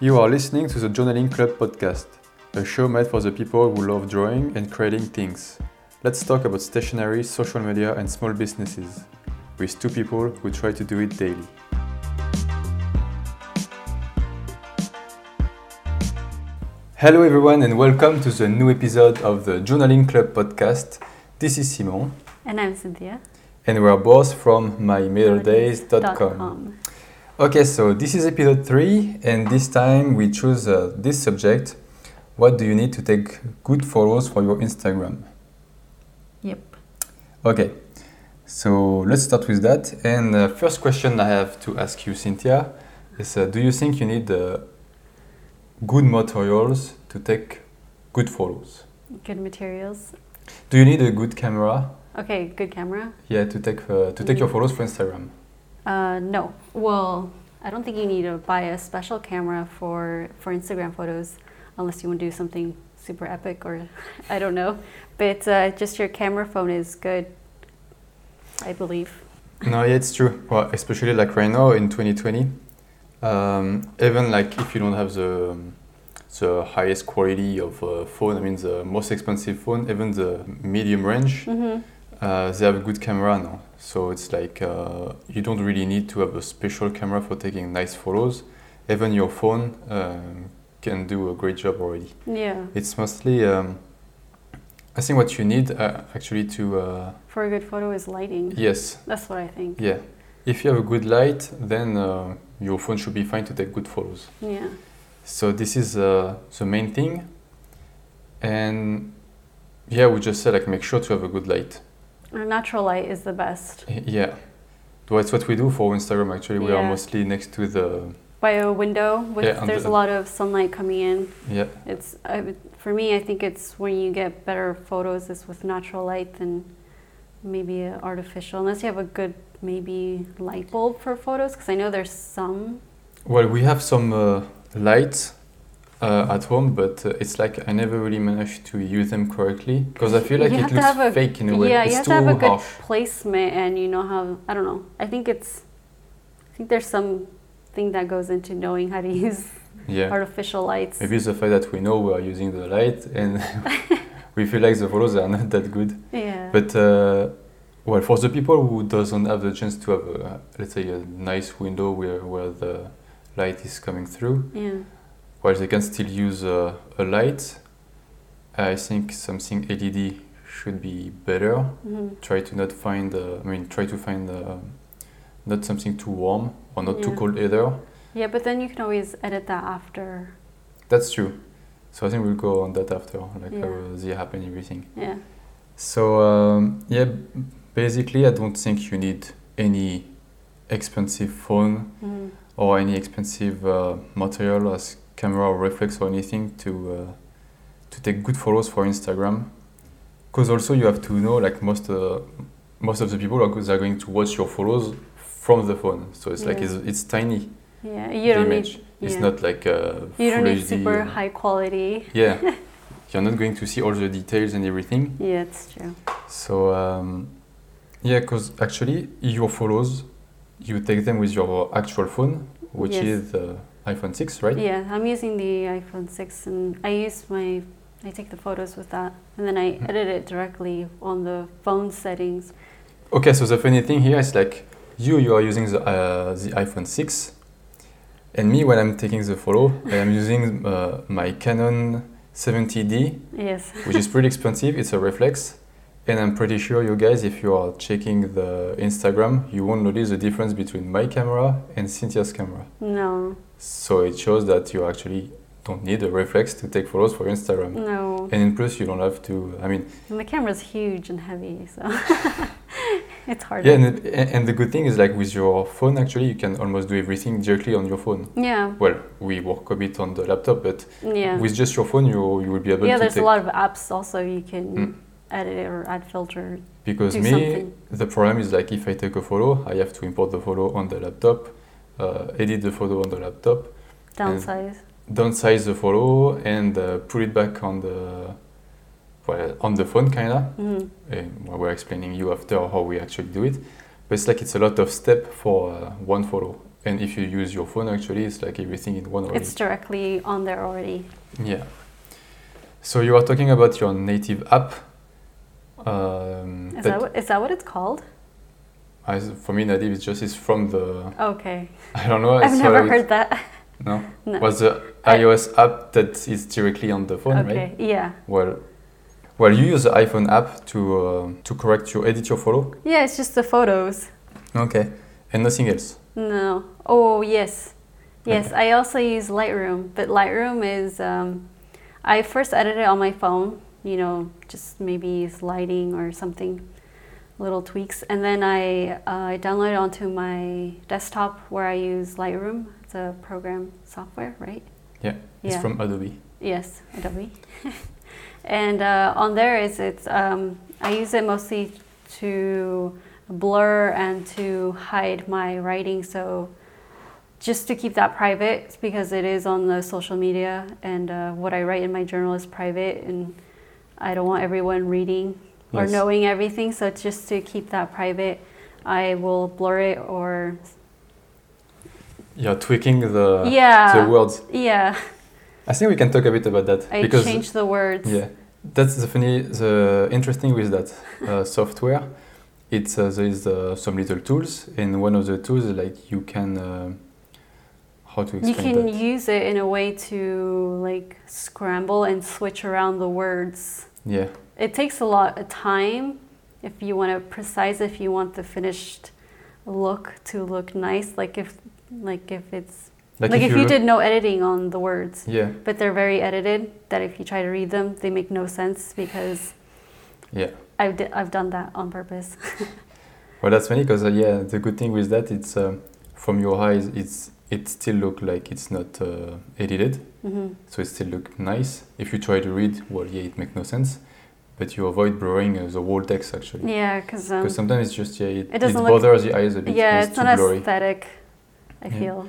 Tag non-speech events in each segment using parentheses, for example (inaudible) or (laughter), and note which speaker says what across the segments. Speaker 1: You are listening to the Journaling Club podcast, a show made for the people who love drawing and creating things. Let's talk about stationery, social media, and small businesses with two people who try to do it daily. Hello, everyone, and welcome to the new episode of the Journaling Club podcast. This is Simon,
Speaker 2: And I'm Cynthia.
Speaker 1: and we are both from mymiddledays.com. Okay, so this is episode 3, and this time we choose uh, this subject. What do you need to take good photos for your Instagram?
Speaker 2: Yep.
Speaker 1: Okay, so let's start with that. And uh, first question I have to ask you, Cynthia, is uh, do you think you need uh, good materials to take good photos?
Speaker 2: Good materials.
Speaker 1: Do you need a good camera?
Speaker 2: Okay, good camera.
Speaker 1: Yeah, to take uh, to take your photos for Instagram.
Speaker 2: Uh, no. Well, I don't think you need to buy a special camera for for Instagram photos, unless you want to do something super epic or (laughs) I don't know. But uh, just your camera phone is good, I believe.
Speaker 1: No, yeah, it's true. Well, especially like right now in 2020, um, even like if you don't have the the highest quality of uh, phone, I mean the most expensive phone, even the medium range,
Speaker 2: Mm-hmm.
Speaker 1: uh, they have a good camera now. So it's like uh, you don't really need to have a special camera for taking nice photos. Even your phone um, can do a great job already.
Speaker 2: Yeah,
Speaker 1: It's mostly, um, I think, what you need uh, actually to uh,
Speaker 2: for a good photo is lighting.
Speaker 1: yes
Speaker 2: That's what I think.
Speaker 1: yeah, if you have a good light, then uh, your phone should be fine to take good photos.
Speaker 2: Yeah.
Speaker 1: So this is uh, the main thing. And yeah, we just say like make sure to have a good light.
Speaker 2: Or Natural light is the best.
Speaker 1: Y- Yeah, that's what we do for Instagram. Actually, we are
Speaker 2: Yeah.
Speaker 1: mostly next to the
Speaker 2: By a window, with
Speaker 1: Yeah, and
Speaker 2: there's
Speaker 1: the-
Speaker 2: a lot of sunlight coming in.
Speaker 1: yeah
Speaker 2: It's I, would- for me. I think it's when you get better photos is with natural light than maybe uh, artificial, unless you have a good maybe light bulb for photos. Because I know there's some.
Speaker 1: Well, we have some uh, lights uh, at home, but uh, it's like I never really managed to use them correctly because I feel like
Speaker 2: You
Speaker 1: it
Speaker 2: have to
Speaker 1: looks
Speaker 2: have a-
Speaker 1: fake in a way.
Speaker 2: yeah,
Speaker 1: it's
Speaker 2: you have
Speaker 1: too
Speaker 2: to have a good
Speaker 1: harsh.
Speaker 2: placement, and you know how. I don't know. I think it's. I think there's some thing that goes into knowing how to (laughs) use
Speaker 1: Yeah.
Speaker 2: artificial lights.
Speaker 1: Maybe it's the fact that we know we are using the light and (laughs) we feel like the photos are not that good.
Speaker 2: Yeah.
Speaker 1: But uh, well, for the people who doesn't have the chance to have, a, let's say, a nice window where where the light is coming through,
Speaker 2: yeah.
Speaker 1: while they can still use uh, a light, I think something LED should be better.
Speaker 2: hmm
Speaker 1: Try to not find, uh, I mean, try to find uh, not something too warm or not too
Speaker 2: Yeah.
Speaker 1: cold either.
Speaker 2: Yeah, but then you can always edit that after.
Speaker 1: That's true. So I think we'll go on that after, like
Speaker 2: Yeah.
Speaker 1: how they happen everything.
Speaker 2: Yeah.
Speaker 1: So um, yeah, b- basically, I don't think you need any expensive phone
Speaker 2: hmm
Speaker 1: or any expensive uh, material as camera or reflex or anything to uh, to take good photos for Instagram. Because also you have to know, like most uh, most of the people are, go- they are going to watch your photos from the phone. So it's like
Speaker 2: Yeah.
Speaker 1: it's, it's tiny.
Speaker 2: Yeah.
Speaker 1: the
Speaker 2: You don't
Speaker 1: image.
Speaker 2: need.
Speaker 1: it's
Speaker 2: yeah.
Speaker 1: not like uh,
Speaker 2: You don't
Speaker 1: full
Speaker 2: need
Speaker 1: HD
Speaker 2: super
Speaker 1: or-
Speaker 2: high quality. (laughs)
Speaker 1: Yeah, you're not going to see all the details and everything.
Speaker 2: Yeah, it's true.
Speaker 1: So um, yeah, because actually your photos, you take them with your actual phone, which
Speaker 2: Yes.
Speaker 1: is the iPhone 6, right?
Speaker 2: Yeah, I'm using the iPhone 6 and I use my I take the photos with that and then I
Speaker 1: Mm.
Speaker 2: edit it directly on the phone settings.
Speaker 1: Okay, so the funny thing here is like you, you are using the, uh, the iPhone 6, and me when I'm taking the photo, I am using uh, my Canon 70D,
Speaker 2: Yes.
Speaker 1: which is pretty expensive. It's a reflex. And I'm pretty sure you guys, if you are checking the Instagram, you won't notice the difference between my camera and Cynthia's camera.
Speaker 2: No.
Speaker 1: So it shows that you actually don't need a reflex to take photos for Instagram.
Speaker 2: No.
Speaker 1: And in plus, you don't have to. I mean,
Speaker 2: And the camera's huge and heavy, so (laughs) it's harder.
Speaker 1: yeah, and, and the good thing is like with your phone, actually, you can almost do everything directly on your phone.
Speaker 2: yeah.
Speaker 1: Well, we work a bit on the laptop, but
Speaker 2: Yeah.
Speaker 1: with just your phone, you you will be able
Speaker 2: yeah,
Speaker 1: to
Speaker 2: there's
Speaker 1: take.
Speaker 2: a lot of apps also you can
Speaker 1: Mm.
Speaker 2: edit it or add filter.
Speaker 1: because
Speaker 2: do
Speaker 1: me,
Speaker 2: something.
Speaker 1: the problem is like if I take a photo, I have to import the photo on the laptop, uh, edit the photo on the laptop,
Speaker 2: Downsize.
Speaker 1: downsize the photo, and uh, put it back on the well on the phone, kinda.
Speaker 2: Mhm.
Speaker 1: and we we're explaining you after how we actually do it. But it's like it's a lot of step for uh, one photo, and if you use your phone actually it's like everything in one already
Speaker 2: It's directly on there already.
Speaker 1: yeah so you are talking about your native app um,
Speaker 2: Is that, what, is that what it's called?
Speaker 1: I, for me native is just is from the (laughs)
Speaker 2: Okay.
Speaker 1: i don't know
Speaker 2: I've
Speaker 1: it's
Speaker 2: never
Speaker 1: like- (laughs)
Speaker 2: heard that. (laughs)
Speaker 1: no
Speaker 2: No.
Speaker 1: was the
Speaker 2: I-
Speaker 1: ios app that is directly on the phone right
Speaker 2: Okay. Yeah.
Speaker 1: Well, well, you use the iPhone app to uh, to correct your edit your photo.
Speaker 2: Yeah, it's just the photos.
Speaker 1: Okay. And nothing else.
Speaker 2: No. Oh, yes. Yes,
Speaker 1: Okay.
Speaker 2: I also use Lightroom, but Lightroom is, um, I first edited on my phone, you know, just maybe use lighting or something, little tweaks. And then I uh, downloaded onto my desktop where I use Lightroom. It's a program software, right?
Speaker 1: Yeah. It's
Speaker 2: Yeah.
Speaker 1: from Adobe.
Speaker 2: Yes, Adobe. (laughs) and uh, on there is it's um, I use it mostly to blur and to hide my writing, so just to keep that private because it is on the social media and uh, what I write in my journal is private and I don't want everyone reading or
Speaker 1: Yes.
Speaker 2: knowing everything. So just to keep that private, I will blur it or
Speaker 1: You're tweaking the
Speaker 2: yeah,
Speaker 1: the words.
Speaker 2: yeah.
Speaker 1: I think we can talk a bit about that
Speaker 2: I
Speaker 1: because
Speaker 2: change the words.
Speaker 1: yeah, that's the funny, the interesting with that uh, software. It's uh, there is uh, some little tools, and one of the tools is like you can uh, how to
Speaker 2: you
Speaker 1: explain
Speaker 2: can
Speaker 1: that.
Speaker 2: use it in a way to like scramble and switch around the words
Speaker 1: Yeah.
Speaker 2: it takes a lot of time if you want to precise if you want the finished look to look nice like if like if it's like, if, you,
Speaker 1: look-
Speaker 2: did no editing on the words
Speaker 1: Yeah.
Speaker 2: but they're very edited that if you try to read them they make no sense because
Speaker 1: Yeah.
Speaker 2: i've, d- I've done that on purpose (laughs)
Speaker 1: Well, that's funny because uh, yeah, the good thing with that it's uh, from your eyes, it's it still look like it's not uh, edited,
Speaker 2: hmm
Speaker 1: so it still look nice. If you try to read, well, yeah, it make no sense, but you avoid blurring uh, the whole text actually.
Speaker 2: yeah because
Speaker 1: Because sometimes it's just yeah, it,
Speaker 2: it
Speaker 1: it,
Speaker 2: doesn't look-
Speaker 1: bothers the eyes a bit.
Speaker 2: yeah
Speaker 1: it's,
Speaker 2: it's
Speaker 1: too
Speaker 2: not
Speaker 1: blurry.
Speaker 2: aesthetic i
Speaker 1: Yeah.
Speaker 2: feel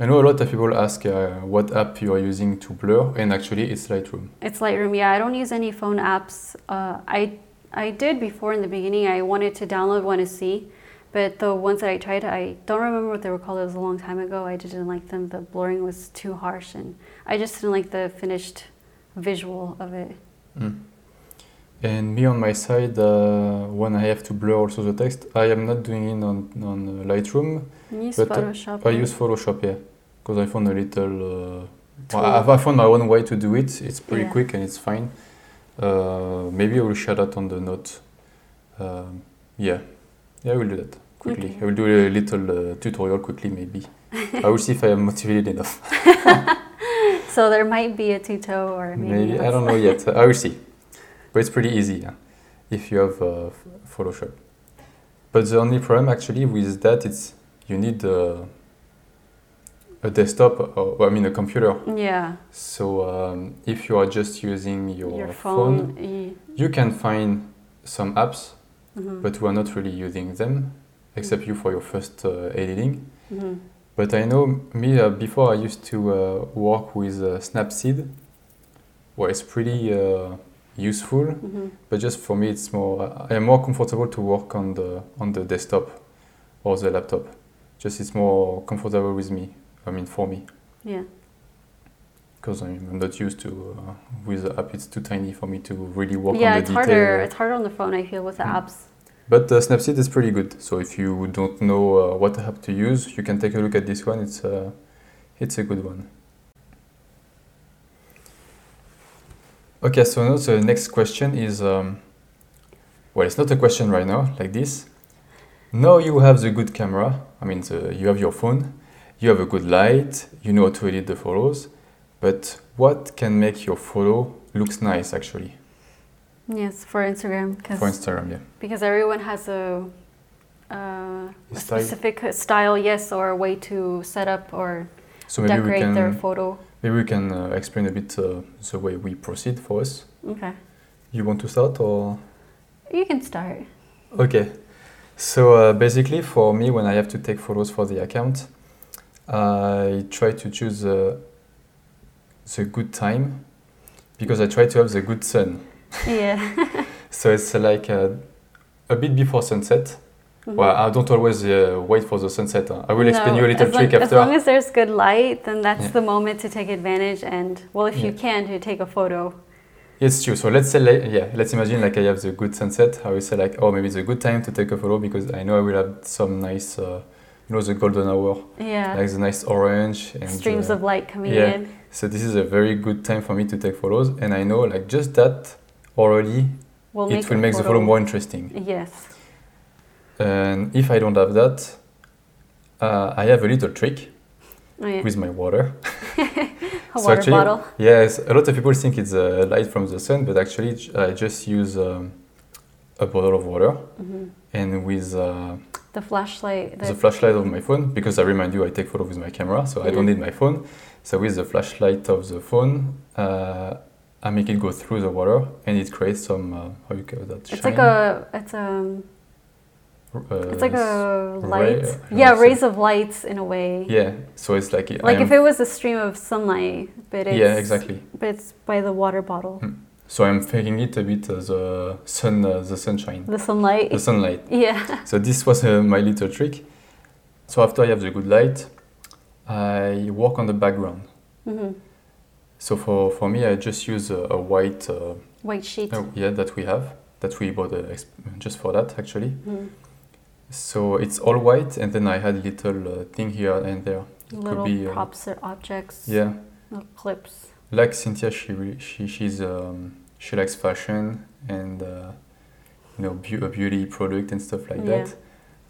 Speaker 1: I know a lot of people ask uh, what app you are using to blur, and actually it's Lightroom.
Speaker 2: It's Lightroom. Yeah, I don't use any phone apps. Uh, I I did before in the beginning. I wanted to download one to see, but the ones that I tried, I don't remember what they were called. It was a long time ago. I didn't like them. The blurring was too harsh, and I just didn't like the finished visual of it.
Speaker 1: Mm. And me on my side, uh, when I have to blur also the text, I am not doing it on on uh, Lightroom.
Speaker 2: You use
Speaker 1: But, uh,
Speaker 2: Photoshop.
Speaker 1: I
Speaker 2: or-
Speaker 1: use Photoshop, yeah, because I found a little. Uh,
Speaker 2: Tool.
Speaker 1: well, I, I found my own way to do it. It's pretty
Speaker 2: Yeah.
Speaker 1: quick and it's fine. Uh, maybe I will share that on the note. Um, yeah, yeah, I will do that quickly.
Speaker 2: Okay.
Speaker 1: I will do a little uh, tutorial quickly, maybe.
Speaker 2: (laughs)
Speaker 1: I will see if I am motivated enough.
Speaker 2: So there might be a tuto or maybe.
Speaker 1: I don't know yet. I will see. But it's pretty easy yeah, if you have uh, F- Photoshop. But the only problem actually with that it's you need uh, a desktop, or, or I mean a computer.
Speaker 2: know. (laughs) Yeah,
Speaker 1: So um, if you are just using your,
Speaker 2: your
Speaker 1: phone,
Speaker 2: phone. y-
Speaker 1: you can find some apps,
Speaker 2: mhm,
Speaker 1: but we are not really using them, except
Speaker 2: Mm.
Speaker 1: you for your first uh, editing.
Speaker 2: mhm.
Speaker 1: But I know me uh, before I used to uh, work with uh, Snapseed, where it's pretty uh, useful.
Speaker 2: Mhm.
Speaker 1: But just for me, it's more I am more comfortable to work on the on the desktop or the laptop. Just it's more comfortable with me. I mean for me.
Speaker 2: Yeah.
Speaker 1: because I'm I'm not used to uh, with the app. It's too tiny for me to really work
Speaker 2: yeah,
Speaker 1: on the
Speaker 2: it's
Speaker 1: detail.
Speaker 2: harder. It's harder on the phone. I feel with the
Speaker 1: Mm.
Speaker 2: apps.
Speaker 1: But uh, Snapseed is pretty good. So if you don't know uh, what app to use, you can take a look at this one. It's uh, it's a good one. Okay, so now the next question is um, well, it's not a question right now like this. Now you have the good camera. I mean, the, you have your phone. You have a good light. You know how to edit the photos. But what can make your photo looks nice actually
Speaker 2: Yes, for Instagram. 'cause-
Speaker 1: for Instagram? Yeah.
Speaker 2: because everyone has a, uh, a
Speaker 1: Style.
Speaker 2: specific style, yes, or a way to set up or
Speaker 1: So maybe we
Speaker 2: decorate
Speaker 1: can
Speaker 2: their photo.
Speaker 1: Maybe we can uh, explain a bit uh, the way we proceed for us.
Speaker 2: Okay,
Speaker 1: You want to start or?
Speaker 2: you can start. (laughs)
Speaker 1: Okay. So uh, basically, for me, when I have to take photos for the account, I try to choose uh, the good time because I try to have the good sun.
Speaker 2: Yeah.
Speaker 1: So it's uh, like uh, a bit before sunset. (laughs) Well, I don't always uh, wait for the sunset. huh? I will explain
Speaker 2: No,
Speaker 1: you a little
Speaker 2: as long-
Speaker 1: trick
Speaker 2: As long
Speaker 1: after.
Speaker 2: as there's good light, then that's
Speaker 1: Yeah.
Speaker 2: the moment to take advantage and, well, if you
Speaker 1: Yeah.
Speaker 2: can, to take a photo.
Speaker 1: It's true. So let's say, like, yeah, let's imagine like I have the good sunset. I will say like, oh, maybe it's a good time to take a photo because I know I will have some nice, uh, you know, the golden hour,
Speaker 2: Yeah.
Speaker 1: like the nice orange and
Speaker 2: Streams
Speaker 1: uh,
Speaker 2: of light coming
Speaker 1: yeah.
Speaker 2: in.
Speaker 1: So this is a very good time for me to take photos, and I know like just that already
Speaker 2: Will
Speaker 1: it
Speaker 2: make
Speaker 1: will
Speaker 2: a
Speaker 1: make the photo more interesting.
Speaker 2: Yes.
Speaker 1: And if I don't have that, uh, I have a little trick
Speaker 2: Oh, yeah.
Speaker 1: with my water.
Speaker 2: a
Speaker 1: so
Speaker 2: water
Speaker 1: actually-
Speaker 2: bottle.
Speaker 1: Yes, a lot of people think it's uh, light from the sun, but actually j- I just use um, a bottle of water
Speaker 2: Mhm.
Speaker 1: and with uh,
Speaker 2: The flashlight.
Speaker 1: the
Speaker 2: that-
Speaker 1: flashlight of my phone because I remind you I take photo with my camera, so I don't
Speaker 2: Yeah.
Speaker 1: need my phone. So with the flashlight of the phone, uh, I make it go through the water and it creates some uh, how you call that?
Speaker 2: it's like a. It's um, a.
Speaker 1: Uh,
Speaker 2: It's like a
Speaker 1: ray-
Speaker 2: light.
Speaker 1: uh,
Speaker 2: yeah,
Speaker 1: it's a-
Speaker 2: rays of lights in a way.
Speaker 1: yeah. So it's like I
Speaker 2: Like
Speaker 1: am-
Speaker 2: if it was a stream of sunlight, but it's
Speaker 1: yeah exactly.
Speaker 2: But it's by the water bottle,
Speaker 1: So I'm faking it a bit uh, the sun uh, the sunshine
Speaker 2: the sunlight.
Speaker 1: the sunlight.
Speaker 2: (laughs) yeah.
Speaker 1: So this was uh, my little trick. So after I have the good light, I work on the background.
Speaker 2: hmm
Speaker 1: So for, for me, I just use a, a white uh,
Speaker 2: White sheet.
Speaker 1: uh, yeah that we have that we bought uh, ex- just for that actually.
Speaker 2: Mhm.
Speaker 1: So it's all white, and then I had little uh, thing here and there.
Speaker 2: Little
Speaker 1: be, uh,
Speaker 2: props or objects.
Speaker 1: Yeah,
Speaker 2: Little clips.
Speaker 1: like Cynthia, she really- she she's um, she likes fashion and uh, you know beau- beauty product and stuff like
Speaker 2: Yeah.
Speaker 1: that.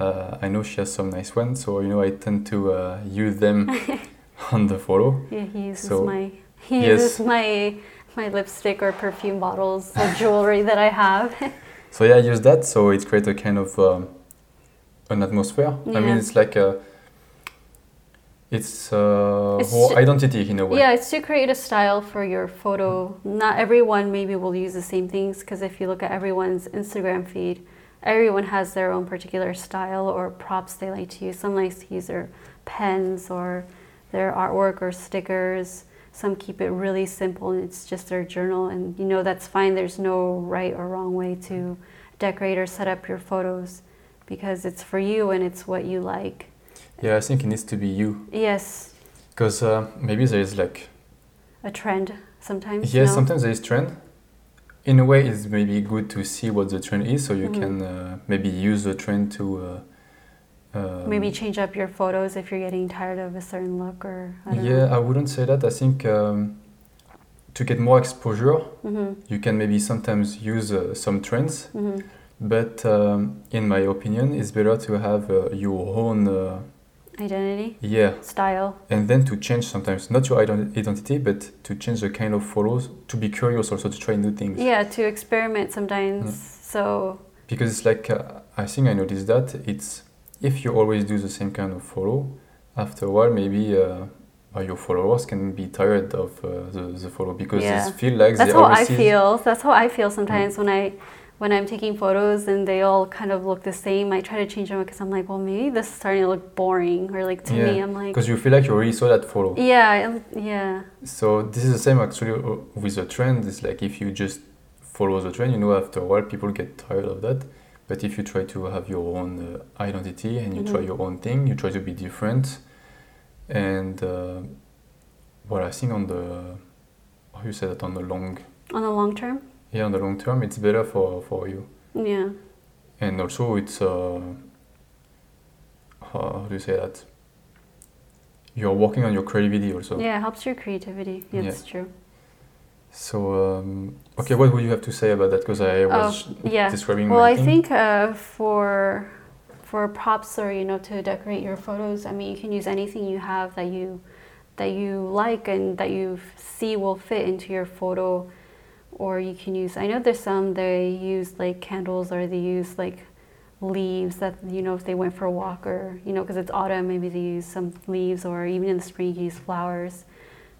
Speaker 1: Uh, I know she has some nice ones, so you know I tend to uh, use them on the photo.
Speaker 2: Yeah, he uses
Speaker 1: So-
Speaker 2: my he
Speaker 1: Yes.
Speaker 2: uses my my lipstick or perfume bottles
Speaker 1: (laughs)
Speaker 2: or jewelry that I have.
Speaker 1: So yeah, I use that. So it creates a kind of um, an atmosphere. I mean,
Speaker 2: Yeah.
Speaker 1: it's like a it's uh,
Speaker 2: It's
Speaker 1: whole
Speaker 2: ju-
Speaker 1: identity in a way.
Speaker 2: yeah, it's to create a style for your photo. Not everyone maybe will use the same things because if you look at everyone's Instagram feed, everyone has their own particular style or props they like to use. Some like to use their pens or their artwork or stickers. Some keep it really simple and it's just their journal, and you know that's fine. There's no right or wrong way to decorate or set up your photos because it's for you and it's what you like.
Speaker 1: Yeah, I think it needs to be you
Speaker 2: Yes,
Speaker 1: because uh, maybe there is like
Speaker 2: a trend sometimes.
Speaker 1: yes,
Speaker 2: Mm, no?
Speaker 1: sometimes there is trend. In a way, it's maybe good to see what the trend is, so you
Speaker 2: Mhm.
Speaker 1: can uh, maybe use the trend to. Uh, um,
Speaker 2: Maybe change up your photos if you're getting tired of a certain look or I don't
Speaker 1: yeah, I wouldn't say that. I think um, to get more exposure,
Speaker 2: know.
Speaker 1: you can maybe sometimes use uh, some trends
Speaker 2: hmm hmm
Speaker 1: But um, in my opinion, it's better to have uh, your own, uh,
Speaker 2: Identity,
Speaker 1: yeah,
Speaker 2: style.
Speaker 1: and then to change sometimes, not your ident- identity, but to change the kind of follows, to be curious also, to try new things.
Speaker 2: Yeah, to experiment sometimes.
Speaker 1: Mm.
Speaker 2: So
Speaker 1: Because it's like, uh, I think I noticed that it's if you always do the same kind of follow, after a while, maybe uh, uh, your followers can be tired of uh, the, the follow because
Speaker 2: Yeah.
Speaker 1: they feel like
Speaker 2: that's
Speaker 1: they
Speaker 2: how
Speaker 1: always
Speaker 2: I
Speaker 1: see-
Speaker 2: feel. That's how I feel
Speaker 1: Mm.
Speaker 2: sometimes when I when I'm taking photos and they all kind of look the same. I try to change them because I'm like, well, maybe this is starting to look boring, or like to me,
Speaker 1: Yeah,
Speaker 2: I'm like,
Speaker 1: Because you feel like you already saw that follow.
Speaker 2: yeah, I- yeah,
Speaker 1: So this is the same actually uh, with the trend. It's like if you just follow the trend, you know, after a while people get tired of that. But if you try to have your own uh, identity and you try
Speaker 2: Mhm.
Speaker 1: your own thing, you try to be different. And uh, well, I think on the how you say that on the long
Speaker 2: on the long term,
Speaker 1: yeah on the long term, it's better for for you.
Speaker 2: yeah,
Speaker 1: And also it's uh, how how do you say that? You're working on your creativity also.
Speaker 2: yeah, it helps your creativity.
Speaker 1: Yeah.
Speaker 2: It's true.
Speaker 1: So, um, okay, what would you have to say about that? Because I was
Speaker 2: Oh, yeah.
Speaker 1: describing
Speaker 2: Well,
Speaker 1: my
Speaker 2: I
Speaker 1: thing.
Speaker 2: think uh, for for props or you know to decorate your photos, I mean you can use anything you have that you that you like and that you f- see will fit into your photo, or you can use. I know there's some they use like candles or they use like leaves that you know if they went for a walk or you know because it's autumn maybe they use some leaves or even in the spring you can use flowers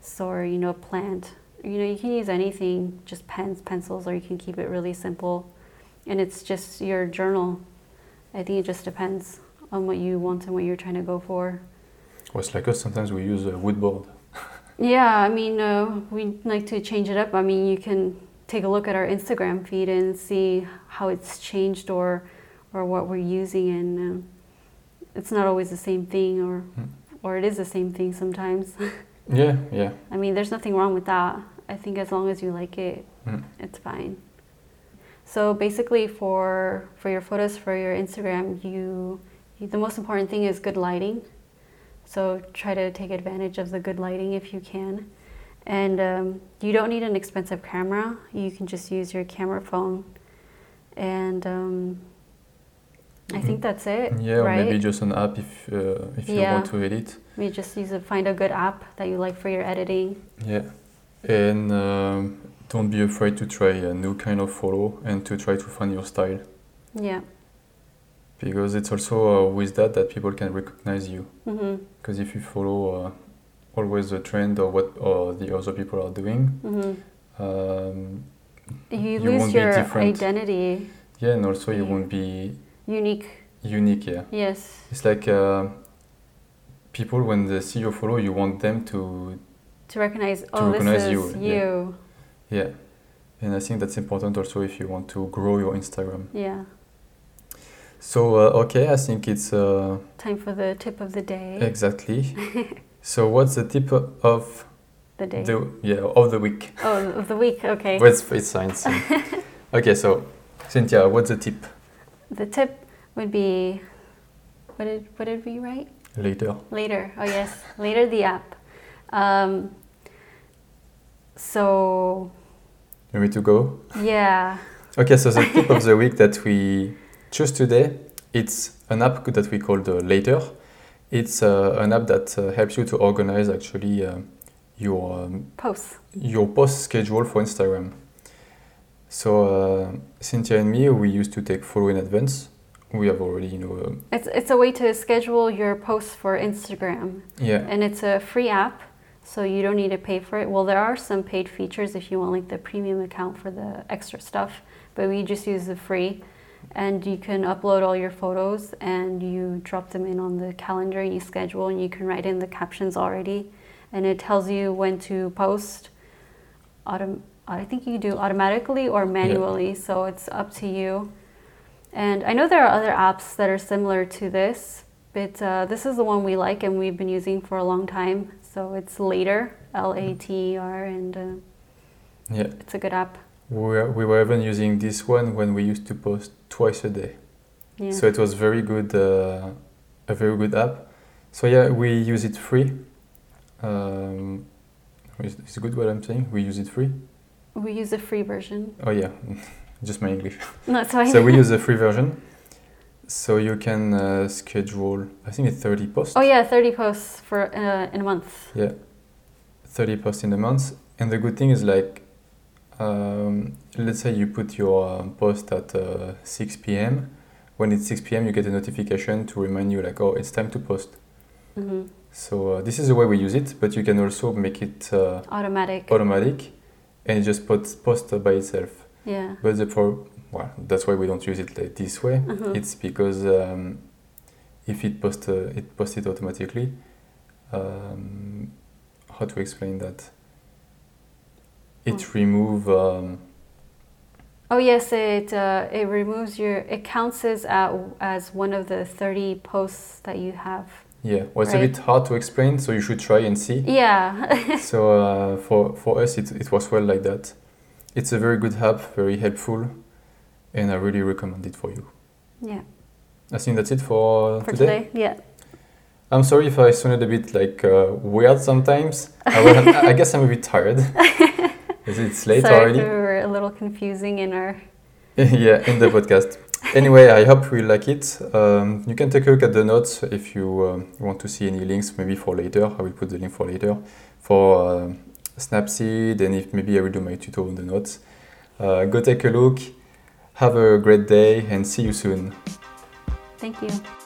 Speaker 2: so or, you know a plant you know you can use anything just pens pencils or you can keep it really simple and it's just your journal. I think it just depends on what you want and what you're trying to go for.
Speaker 1: was like us, sometimes we use a wood board.
Speaker 2: Yeah, I mean, uh, we like to change it up. I mean, you can take a look at our Instagram feed and see how it's changed or or what we're using, and um, it's not always the same thing, or
Speaker 1: Mm.
Speaker 2: or it is the same thing sometimes. (laughs)
Speaker 1: Yeah, yeah.
Speaker 2: I mean, there's nothing wrong with that. I think as long as you like it,
Speaker 1: Mm.
Speaker 2: it's fine. So basically, for for your photos for your Instagram, you, you the most important thing is good lighting. So try to take advantage of the good lighting if you can, and um, you don't need an expensive camera. You can just use your camera phone, and um, I
Speaker 1: Mm.
Speaker 2: think that's it.
Speaker 1: Yeah, or
Speaker 2: Eh, right?
Speaker 1: maybe just an app if uh, if you
Speaker 2: Yeah.
Speaker 1: want to edit.
Speaker 2: you just use a, find a good app that you like for your editing.
Speaker 1: Yeah, and um, don't be afraid to try a new kind of photo and to try to find your style
Speaker 2: Yeah.
Speaker 1: because it's also uh, with that that people can recognize you.
Speaker 2: Mhm.
Speaker 1: Because if you follow uh, always the trend or what or the other people are doing,
Speaker 2: Mhm.
Speaker 1: um,
Speaker 2: You
Speaker 1: You
Speaker 2: lose
Speaker 1: won't be
Speaker 2: your
Speaker 1: different.
Speaker 2: identity.
Speaker 1: yeah, and also you
Speaker 2: Yeah.
Speaker 1: won't be
Speaker 2: Unique.
Speaker 1: unique. Yeah,
Speaker 2: Yes.
Speaker 1: it's like uh, people when they see your photo, you want them to
Speaker 2: To recognize. Oh,
Speaker 1: recognize
Speaker 2: this is
Speaker 1: you,
Speaker 2: you.
Speaker 1: yeah. yeah, and I think that's important also if you want to grow your Instagram.
Speaker 2: Yeah.
Speaker 1: So uh, okay, I think it's uh,
Speaker 2: Time for the tip of the day.
Speaker 1: exactly. so what's the tip of
Speaker 2: the day.
Speaker 1: the yeah of the week?
Speaker 2: oh, of the week. Okay.
Speaker 1: Well, it's, it's science. okay, so Cynthia, what's the tip
Speaker 2: The tip would be. What did what did we write?
Speaker 1: later?
Speaker 2: Later. Oh yes. Later the app. Um, so
Speaker 1: You want me to go?
Speaker 2: yeah.
Speaker 1: Okay, so the tip of the week that we choose today, it's an app that we call the Later. It's uh, an app that uh, helps you to organize actually uh, your um,
Speaker 2: Posts.
Speaker 1: your post schedule for Instagram. So uh, Cynthia and me, we used to take follow in advance. We have already, you know, um,
Speaker 2: It's it's a way to schedule your posts for Instagram.
Speaker 1: yeah,
Speaker 2: And it's a free app, so you don't need to pay for it. Well, there are some paid features if you want like the premium account for the extra stuff, but we just use the free. And you can upload all your photos and you drop them in on the calendar, you schedule, and you can write in the captions already. And it tells you when to post. Autom- I think you do automatically or manually, so it's up to you. And I know there are other apps that are similar to this, but uh, this is the one we like and we've been using for a long time. So it's Later, L A T E R, and uh,
Speaker 1: yeah.
Speaker 2: it's a good app.
Speaker 1: We were, we were even using this one when we used to post twice a day.
Speaker 2: Yeah.
Speaker 1: So it was very good, uh, a very good app. So yeah, we use it free. Um, is, is it good what I'm saying? We use it free.
Speaker 2: we use a free version. (laughs)
Speaker 1: Oh yeah, (laughs) just my English.
Speaker 2: That's why. (laughs)
Speaker 1: so we use the free version. So you can uh, schedule, I think it's 30 posts.
Speaker 2: oh yeah, 30 posts for uh, in a month.
Speaker 1: 30 posts in a month. And the good thing is like, um, let's say you put your um, post at uh, 6 p.m. When it's 6 p.m., you get a notification to remind you like, oh, it's time to post.
Speaker 2: hmm
Speaker 1: So uh, this is the way we use it, but you can also make it uh,
Speaker 2: Automatic.
Speaker 1: automatic and it just posts post by itself.
Speaker 2: yeah.
Speaker 1: But the pro, well, that's why we don't use it like this way.
Speaker 2: Mhm.
Speaker 1: It's because um, if it post uh, it posts it automatically. Um, how to explain that? It
Speaker 2: Mm.
Speaker 1: remove um,
Speaker 2: Oh yes, it uh, it removes your. It counts as at, as one of the 30 posts that you have.
Speaker 1: yeah. Well, it's a
Speaker 2: Right.
Speaker 1: bit hard to explain, so you should try and see.
Speaker 2: Yeah. (laughs)
Speaker 1: so uh, for for us, it it was well like that. It's a very good app, very helpful, and I really recommend it for you.
Speaker 2: yeah.
Speaker 1: I think that's it for,
Speaker 2: For
Speaker 1: today.
Speaker 2: today. Yeah.
Speaker 1: I'm sorry if I sounded a bit like uh, weird sometimes. I, was, (laughs) I guess I'm a bit
Speaker 2: (laughs)
Speaker 1: tired. Is it late
Speaker 2: Sorry if
Speaker 1: already?
Speaker 2: we were a little confusing in our
Speaker 1: (laughs) yeah, in the podcast. Anyway, I hope you like it. Um, you can take a look at the notes if you um, want to see any links, maybe for later. I will put the link for later for uh, Snapseed, and if maybe I will do my tutorial on the notes. Uh, go take a look. Have a great day, and see you soon.
Speaker 2: Thank you.